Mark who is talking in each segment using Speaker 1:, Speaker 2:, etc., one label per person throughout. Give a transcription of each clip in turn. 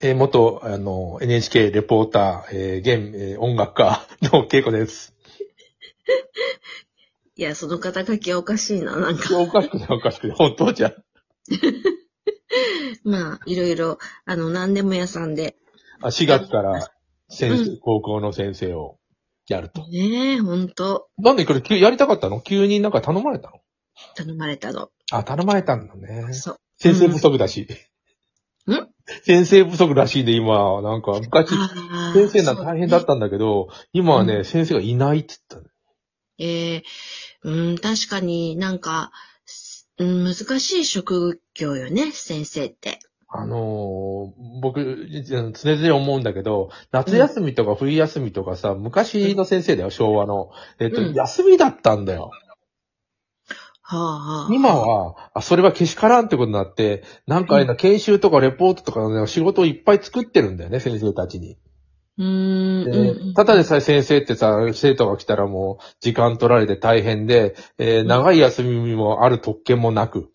Speaker 1: えー元、あの、NHK レポーター、えー現、えー音楽家の恵子です。
Speaker 2: いや、その肩書きはおかしいな、なんか。
Speaker 1: おかしくないおかしくない。本当じゃん。
Speaker 2: まあ、いろいろ、あの、何でも屋さんで。
Speaker 1: あ4月から、先生、
Speaker 2: う
Speaker 1: 高校の先生をやると。
Speaker 2: ねえ、ほんと、
Speaker 1: なんでこれ、急やりたかったの急になんか頼まれたの
Speaker 2: 頼まれたの。
Speaker 1: あ、頼まれたんだね。
Speaker 2: そう。
Speaker 1: 先生不足だし。
Speaker 2: うん
Speaker 1: 先生不足らしいで、今、なんか、昔、
Speaker 2: あー
Speaker 1: 先生なんか大変だっ。
Speaker 2: そうね
Speaker 1: たんだけど、今はね、
Speaker 2: う
Speaker 1: 先生がいないって言ったの。
Speaker 2: ええうん、確かになんか、すうん難しい職業よね、先生って。
Speaker 1: あのー僕、常々思うんだけど、夏休みとか冬休みとかさ、昔の先生だよ、昭和の。えっと、
Speaker 2: うん
Speaker 1: 休みだったんだよ。
Speaker 2: はあはあ。
Speaker 1: 今は、あ、それはけしからんってことになって、なんかあれだ、研修とかレポートとかのね、仕事をいっぱい作ってるんだよね、先生たちに。
Speaker 2: うーん。
Speaker 1: で
Speaker 2: うんうん
Speaker 1: ただでさえ先生ってさ、生徒が来たらもう、時間取られて大変で、えー長い休みもある特権もなく。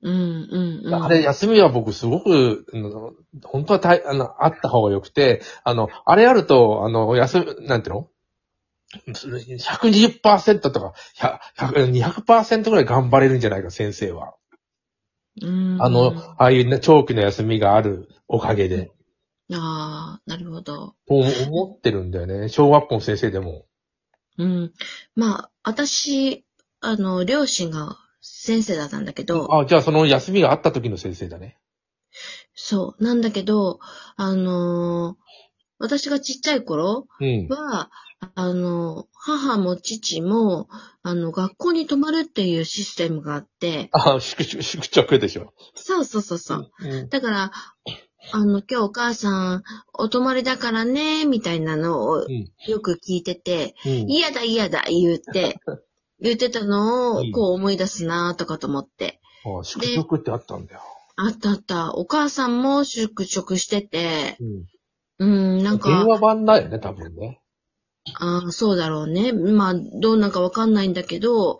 Speaker 2: うんうんうん。
Speaker 1: あれ、休みは僕すごく、うん本当はたいあの、あった方が良くて、あの、あれあると、あの、休み、なんていうの ?120% とか、100 100 200%ぐらい頑張れるんじゃないか、先生は。
Speaker 2: うん。
Speaker 1: あの、ああいうね長期の休みがあるおかげで。
Speaker 2: ああ、なるほど。
Speaker 1: と思ってるんだよね。小学校の先生でも。
Speaker 2: うん。まあ、私、あの、両親が先生だったんだけど、
Speaker 1: あ、じゃあその休みがあった時の先生だね。
Speaker 2: そう、なんだけど、あのー私がちっちゃい頃
Speaker 1: うん。
Speaker 2: は、あの、母も父も、あの、学校に泊まるっていうシステムがあって、
Speaker 1: あ、宿直、宿直でしょ。
Speaker 2: そうそうそうそう。
Speaker 1: うん。
Speaker 2: だから、あの、今日お母さん、お泊まりだからね、みたいなのを
Speaker 1: ん
Speaker 2: よく聞いてて、
Speaker 1: うん。
Speaker 2: 嫌だ嫌だ言 って、言ってたのを
Speaker 1: うん、
Speaker 2: こう思い出すなとかと思って。
Speaker 1: あ宿直ってあったんだよ。
Speaker 2: あったあった。お母さんも宿直してて、
Speaker 1: うん。
Speaker 2: うん、な
Speaker 1: 電
Speaker 2: んか、
Speaker 1: 話版だよね、多分ね。
Speaker 2: あーそうだろうね。まあ、どうなんかわかんないんだけど、
Speaker 1: うん。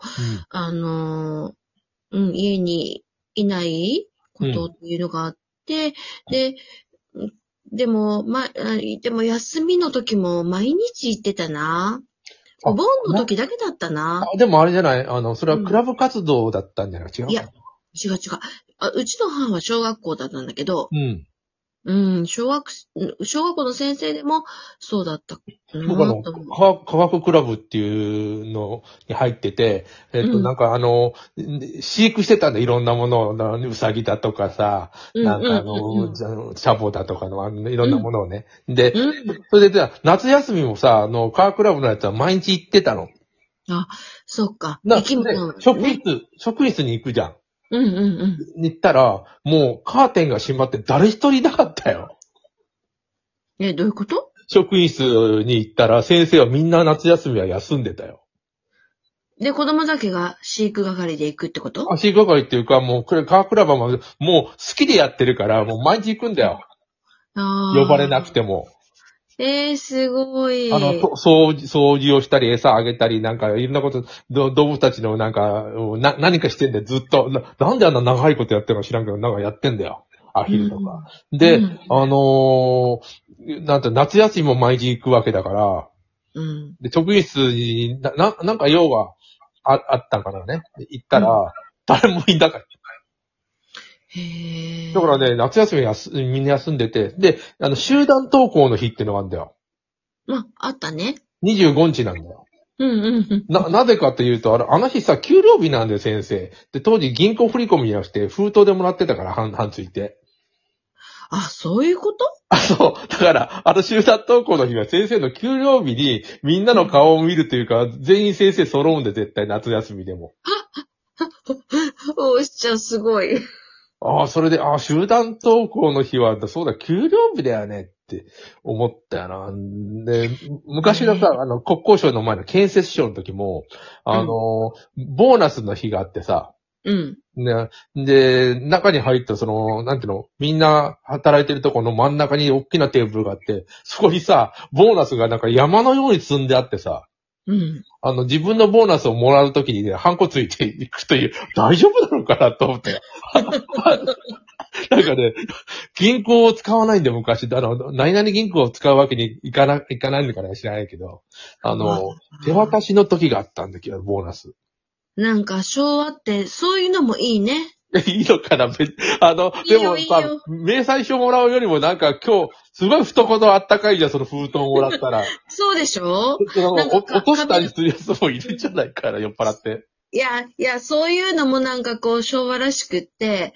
Speaker 2: あのーうん、家にいないことっていうのがあって、で、うんでも、ま、あでも休みの時も毎日行ってたな。
Speaker 1: あ
Speaker 2: お盆の時だけだったな。
Speaker 1: あでもあれじゃないあの、それは
Speaker 2: うん
Speaker 1: クラブ活動だったんじゃない違うい
Speaker 2: いや違う違うあ。うちの母は小学校だったんだけど、
Speaker 1: うん。
Speaker 2: うん、小学、小学校の先生でもそうだったかな
Speaker 1: 僕あの、
Speaker 2: と思う
Speaker 1: 科科学クラブっていうのに入ってて、えっ、と、
Speaker 2: うん
Speaker 1: なんかあの、飼育してたんだ、いろんなものをな、うさぎだとかさ、なんかあ
Speaker 2: うんうんうん
Speaker 1: の、じゃシャボだとかの、あのいろんなものをね。で、
Speaker 2: うん、
Speaker 1: それでさ、夏休みもさ、あの、科学クラブのやつは毎日行ってたの。
Speaker 2: そうか。
Speaker 1: な
Speaker 2: 生き物、
Speaker 1: で
Speaker 2: ね。
Speaker 1: 職員室、職員室に行くじゃん。
Speaker 2: うんうんうん。
Speaker 1: 行ったら、もうカーテンが閉まって誰一人いなかったよ。
Speaker 2: え、どういうこと
Speaker 1: 職員室に行ったら、先生はみんな夏休みは休んでたよ。
Speaker 2: で、子供だけが飼育係で行くってこと
Speaker 1: 足係っていうか、もう、これ、カークラバーも、もう好きでやってるから、もう毎日行くんだよ。
Speaker 2: あー
Speaker 1: 呼ばれなく。ても。
Speaker 2: えー、すごい。
Speaker 1: あの、と掃除、掃除をしたり、餌あげたり、なんか、いろんなこと、ど動物たちのなんか、な、何かしてんだよ、ずっと。ななんであんな長いことやってるのか知らんけど、なんかやってんだよ。アヒルとか。で、
Speaker 2: うん
Speaker 1: あのーなんて、夏休みも毎日行くわけだから、
Speaker 2: うん。
Speaker 1: で、職員室に、な、ななんか用がああったんかなね。で行ったら、誰もいなかっ
Speaker 2: へえ。
Speaker 1: た。だから。ね、夏休みはすみんな休んでて、で、あの、集団登校の日っていうのがあるんだよ。
Speaker 2: まあ、あったね。
Speaker 1: 25日なんだよ。
Speaker 2: うんうんうん。
Speaker 1: な、なぜかというと、あの、あの日さ、給料日なんだよ、先生。で、当時銀行振り込みじゃなくて、封筒でもらってたから、半、半ついて。
Speaker 2: あ、そういうこと
Speaker 1: あ、そう。だから、あの集団登校の日は先生の給料日に、みんなの顔を見るというか、全員先生揃うんで、絶対、夏休みでも。
Speaker 2: おーしちゃんすごい。
Speaker 1: ああ、それで、ああ、集団登校の日は、そうだ、給料日だよねって思ったよな。で、昔のさ、あの、国交省の前の建設省の時も、あの、ボーナスの日があってさ、
Speaker 2: うん。
Speaker 1: ね、で、中に入ったその、なんていうの、みんな働いてるとこの真ん中に大きなテーブルがあって、そこにさ、ボーナスがなんか山のように積んであってさ、
Speaker 2: うん。
Speaker 1: あの、自分のボーナスをもらうときにね、ハンコついていくという、大丈夫なのかなと思って。 なんかね、銀行を使わないんで昔、あの、何々銀行を使うわけにいかな、いかないのかな知らないけど、あの、手渡しの時があったんだけど、ボーナス。
Speaker 2: なんか昭和って、そういうのもいいね。
Speaker 1: いいのかな別あの、でも
Speaker 2: いいよいい
Speaker 1: さ
Speaker 2: よ、
Speaker 1: 明細書もらうよりもなんか今日、すごい懐あったかいじゃん、その封筒もらった ら。
Speaker 2: そうでしょ
Speaker 1: なんかお
Speaker 2: なんか
Speaker 1: 落としたりするやつもいるんじゃないかな、酔っ払って。
Speaker 2: いや、いや、そういうのもなんかこう昭和らしくって、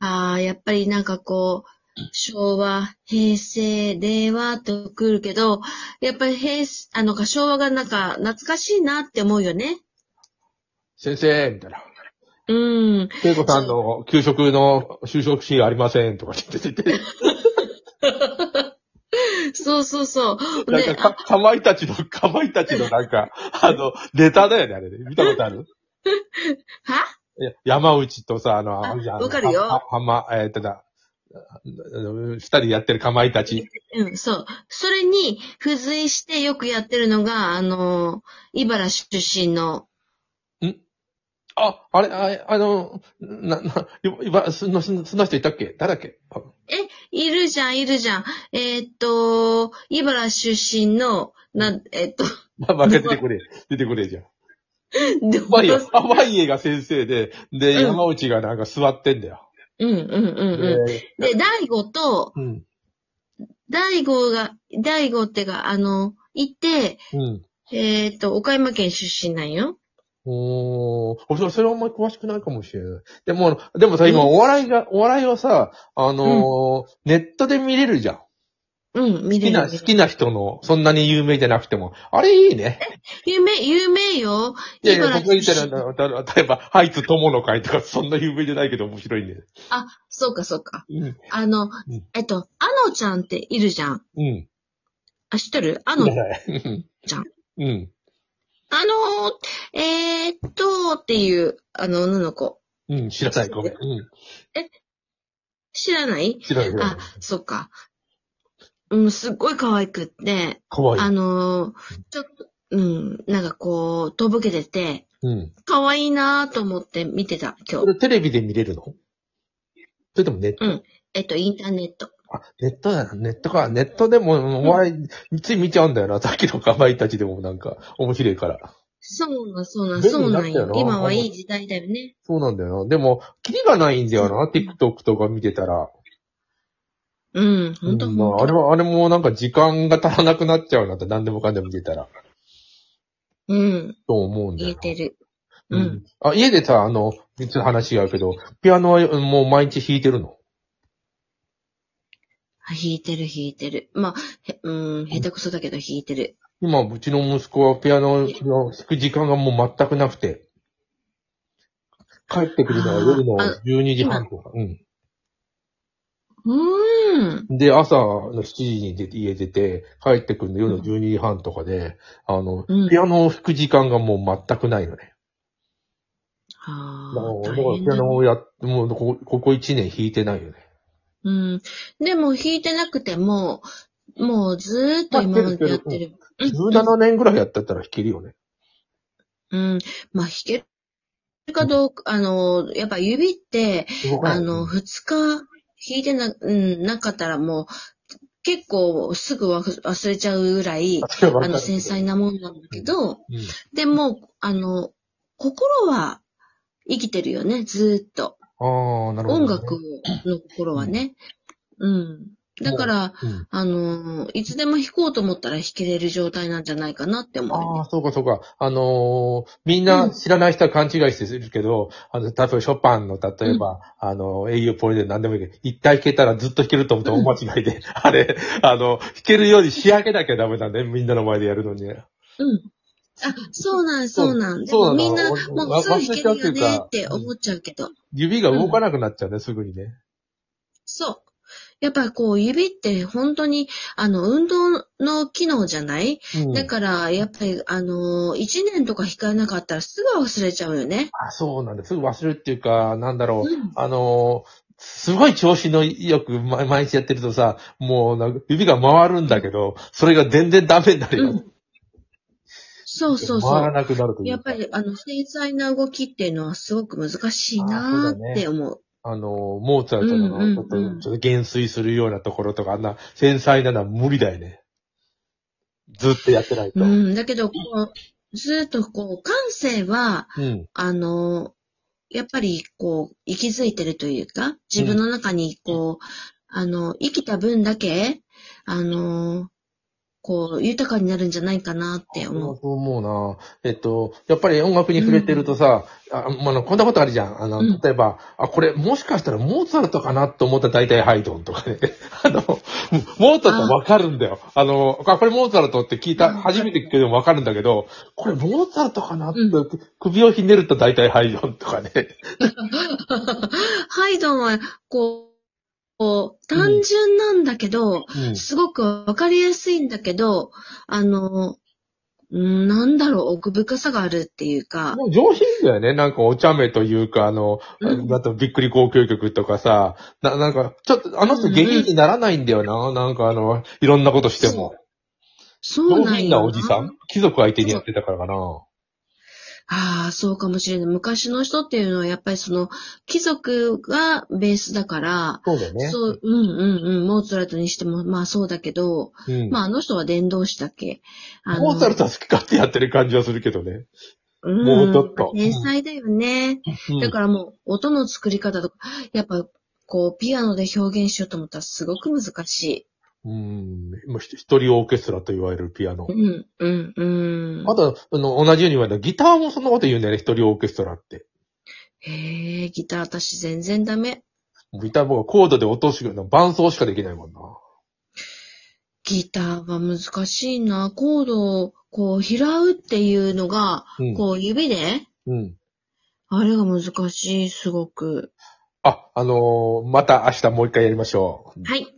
Speaker 2: ああ、やっぱりなんかこう、昭和、平成、令和と来るけど、やっぱり平成、あのか、昭和がなんか懐かしいなって思うよね。
Speaker 1: 先生、みたいな。
Speaker 2: うん。
Speaker 1: 聖子さんの給食の就職シーンありませんとか言ってて、
Speaker 2: そうそう
Speaker 1: な
Speaker 2: そ
Speaker 1: ん
Speaker 2: う。
Speaker 1: か
Speaker 2: ね、
Speaker 1: か、かまいたちの、かまいたちのなん か、あの、ネタだよね、あれね。見たことある
Speaker 2: はい
Speaker 1: や山内とさ、あの、
Speaker 2: あ
Speaker 1: あるじゃん
Speaker 2: わかるよ
Speaker 1: ははま、えー、ただ、あの二人でやってるかまいたち。
Speaker 2: うん、そう。それに、付随してよくやってるのが、あのー、茨城出身の、
Speaker 1: あ、あれ、あれあの、な、な、今、その、そのその人いたっけ誰だっけあ
Speaker 2: いるじゃん、いるじゃん。えーっと、茨城出身の、な、えーっと、
Speaker 1: まあ、まあ、出てくれ。出てくれじゃん。
Speaker 2: で
Speaker 1: まあい いよ。あ、まあいいえが先生で、で、
Speaker 2: うん
Speaker 1: 山内がなんか座ってんだよ。
Speaker 2: うん、うん、うん、うん。
Speaker 1: で
Speaker 2: で、大悟と、
Speaker 1: うん。
Speaker 2: 大悟が、大悟ってが、あの、いて、
Speaker 1: うん。
Speaker 2: えーっと、岡山県出身なんよ。
Speaker 1: おーお、そそれはあんまり詳しくないかもしれない。でも、でもさ、今、お笑いが、お笑いはさ、あのーネットで見れるじゃん。
Speaker 2: うん、見
Speaker 1: 好き
Speaker 2: れ
Speaker 1: な、
Speaker 2: る。
Speaker 1: 好きな人の、そんなに有名じゃなくても。あれいいね。
Speaker 2: 有名、有名よ。
Speaker 1: いやいや、僕が
Speaker 2: 茨
Speaker 1: 言って
Speaker 2: 城
Speaker 1: る
Speaker 2: 出身。
Speaker 1: のは、例えば、ハイツ友の会とか、そんな有名じゃないけど面白いね。
Speaker 2: あ、そうか、そうか。
Speaker 1: うん。
Speaker 2: あの
Speaker 1: ん、
Speaker 2: えっと、あのちゃんっているじゃん。
Speaker 1: うん。
Speaker 2: あ、知ってるあの
Speaker 1: いら、ないうん
Speaker 2: じゃん。
Speaker 1: うん。
Speaker 2: あのー、えーっと、っていう、あの、女の子。
Speaker 1: うん、知らない、ごめん。うん。
Speaker 2: 知らない
Speaker 1: 知らない、知らない
Speaker 2: あ、そっか。うん、すっごい可愛くって、
Speaker 1: かわいい
Speaker 2: あ。のー、ちょっと、うん、なんかこう、とぼけてて、
Speaker 1: うん。
Speaker 2: 可愛いなーと思って見てた、
Speaker 1: そ
Speaker 2: 今日。
Speaker 1: れテレビで見れるのそれともネット
Speaker 2: えっと、インターネット。
Speaker 1: あ、ネットだな、ネットか。ネットでも、お笑い、つい見ちゃうんだよな。 さっきのかまいたちでもなんか、面白いから。
Speaker 2: そうなん、そうなん、
Speaker 1: 便利
Speaker 2: そう
Speaker 1: にな
Speaker 2: な
Speaker 1: った
Speaker 2: ん
Speaker 1: よな
Speaker 2: よ。今はいい時代だよね。
Speaker 1: そうなんだよな。でも、キリがないんだよな。TikTok とか見てたら。
Speaker 2: うん、ほんと、
Speaker 1: うんまあ、
Speaker 2: ほ
Speaker 1: あ
Speaker 2: ん
Speaker 1: れ
Speaker 2: と。
Speaker 1: は、あれもなんか時間が足らなくなっちゃうなって、何でもかんでも見てたら。
Speaker 2: うん、
Speaker 1: と思うんだ
Speaker 2: 言
Speaker 1: よ
Speaker 2: え
Speaker 1: な。
Speaker 2: てる。
Speaker 1: う
Speaker 2: うん
Speaker 1: ん。あ、家でさ、あの、別の話があるけど、ピアノはもう毎日弾いてるの
Speaker 2: あ弾いてる弾いてる。まあ、へうん、下手くそだけど弾いてる。
Speaker 1: 今、うちの息子はピアノを弾く時間がもう全くなくて、帰ってくるのは夜の
Speaker 2: あ
Speaker 1: 12時半とか。うん。
Speaker 2: うーん。
Speaker 1: で、朝の7時に出て家出て、帰ってくるの夜の12時半とかで、あの、
Speaker 2: うん
Speaker 1: ピアノを弾く時間がもう全くないのね。
Speaker 2: あ
Speaker 1: だからだ
Speaker 2: ー
Speaker 1: か
Speaker 2: 大
Speaker 1: ら
Speaker 2: 変
Speaker 1: ピア
Speaker 2: だ
Speaker 1: ノをやっ、もうここここ1年弾いてないよね。
Speaker 2: うん。でも弾いてなくても、もうずーっと今までやってる。うん
Speaker 1: 17年ぐらいやってたら弾けるよね。
Speaker 2: うん。まあ弾けるかどうか、あの、やっぱ指って、
Speaker 1: 動かない
Speaker 2: あの、二日弾いてな、うん、なかったらもう、結構すぐわ忘れちゃうぐらい、
Speaker 1: それはわ
Speaker 2: あ
Speaker 1: かる
Speaker 2: の、繊細なもんなんだけ
Speaker 1: う
Speaker 2: ど、
Speaker 1: ん
Speaker 2: でも、あの、心は生きてるよね、ずーっと。
Speaker 1: ああ、なるほど、
Speaker 2: 音楽の心はね。うん。だから、
Speaker 1: うん
Speaker 2: あのー、いつでも弾こうと思ったら弾けれる状態なんじゃないかなって思う
Speaker 1: あ
Speaker 2: よ
Speaker 1: あ、そうかそうか。あのーみんな知らない人は勘違いしてするけど、あの、例えばショパンの、例えば、あの、英雄ポリで何でもいいけど、一回弾けたらずっと弾けると思ったら大間違いで、 あれ、あの、弾けるように仕上げなきゃダメだね、みんなの前でやるのに。
Speaker 2: ね。うん。あ、そうなん、
Speaker 1: そう
Speaker 2: そうなん。で
Speaker 1: そうなの
Speaker 2: もみんな、もう
Speaker 1: 俺
Speaker 2: すぐ弾けるよ
Speaker 1: 忘れちゃう
Speaker 2: ねっ
Speaker 1: ってい
Speaker 2: て
Speaker 1: うか
Speaker 2: 思っちゃうけど。
Speaker 1: 指が動かなくなっちゃうね、すぐにね。
Speaker 2: そう。やっぱこう、指って本当に、あの、運動の機能じゃない
Speaker 1: うん。
Speaker 2: だから、やっぱり、あのー、1年とか弾かなかったらすぐ忘れちゃうよね。
Speaker 1: あ、そうなんだ。すぐ忘れるっていうか、なんだろう。
Speaker 2: うん。
Speaker 1: あのーすごい調子のよくま毎日やってるとさ、もうなんか指が回るんだけど、それが全然ダメになるよ。
Speaker 2: うんそうそうそ
Speaker 1: 回ら
Speaker 2: う。
Speaker 1: なくなるというか
Speaker 2: やっぱり、あの、繊細な動きっていうのはすごく難しいなーって思う。
Speaker 1: あの、モーツァルトの
Speaker 2: うんうんうん
Speaker 1: ちょっと、ちょっと減衰するようなところとか、あんな繊細なのは無理だよね。ずっとやってないと。
Speaker 2: う
Speaker 1: うん。
Speaker 2: ん、だけど、こう、ずーっとこう、感性は、あの、やっぱりこう、息づいてるというか、自分の中にこう、あの、生きた分だけ、あの、こう、豊かになるんじゃないかなって思う。
Speaker 1: そう思うなえっと、やっぱり音楽に触れてるとさ、あまああの、こんなことあるじゃん。あの、
Speaker 2: うん
Speaker 1: 例えば、あ、これもしかしたらモーツァルトかなと思ったら大体ハイドンとかね。 あの、モーツァルトはわかるんだよ。あの、あこれモーツァルトって聞いた、
Speaker 2: うん
Speaker 1: 初めて聞くけどもわかるんだけど、これモーツァルトかなって、首をひねると大体ハイドンとかね。
Speaker 2: ハイドンは、こう、こう単純なんだけど、
Speaker 1: うん
Speaker 2: すごくわかりやすいんだけど、あの、うんなんだろう、奥深さがあるっていうか、
Speaker 1: もう上品だよね。なんかお茶目というか、あの、
Speaker 2: うん
Speaker 1: あとびっくり高級曲とかさ、な、なんか、ちょっとあの人下品にならないんだよな。なんかあの、いろんなことしても。
Speaker 2: そう
Speaker 1: 上
Speaker 2: なん
Speaker 1: 品
Speaker 2: よ
Speaker 1: なおじさん貴族相手にやってたからかな。
Speaker 2: ああ、そうかもしれない。昔の人っていうのはやっぱりその貴族がベースだから、
Speaker 1: そうだよね。
Speaker 2: そう、うんうんうん、モーツァルトにしてもまあそうだけど、
Speaker 1: うん。
Speaker 2: まああの人は伝道師だっけ。あの
Speaker 1: モーツァルトは好き勝手やってる感じはするけどね。
Speaker 2: うん、
Speaker 1: もうちょっと
Speaker 2: 天才だよね。
Speaker 1: うん
Speaker 2: だからもう音の作り方とか、やっぱこうピアノで表現しようと思ったらすごく難しい。
Speaker 1: うん。もうひ一人オーケストラと言われるピアノ
Speaker 2: う。ん、うん、うん。
Speaker 1: あと、あの、同じように言われたギターもそんなこと言うんだよね。一人オーケストラって。
Speaker 2: へえ、ギター私全然ダメ。
Speaker 1: ギター僕はコードで落とし、伴奏しかできないもんな。
Speaker 2: ギターは難しいな。コードをこう拾うっていうのが、
Speaker 1: うん
Speaker 2: こう指で、
Speaker 1: うん。
Speaker 2: あれが難しい、すごく。
Speaker 1: あ、あのーまた明日もう一回やりましょう。
Speaker 2: はい。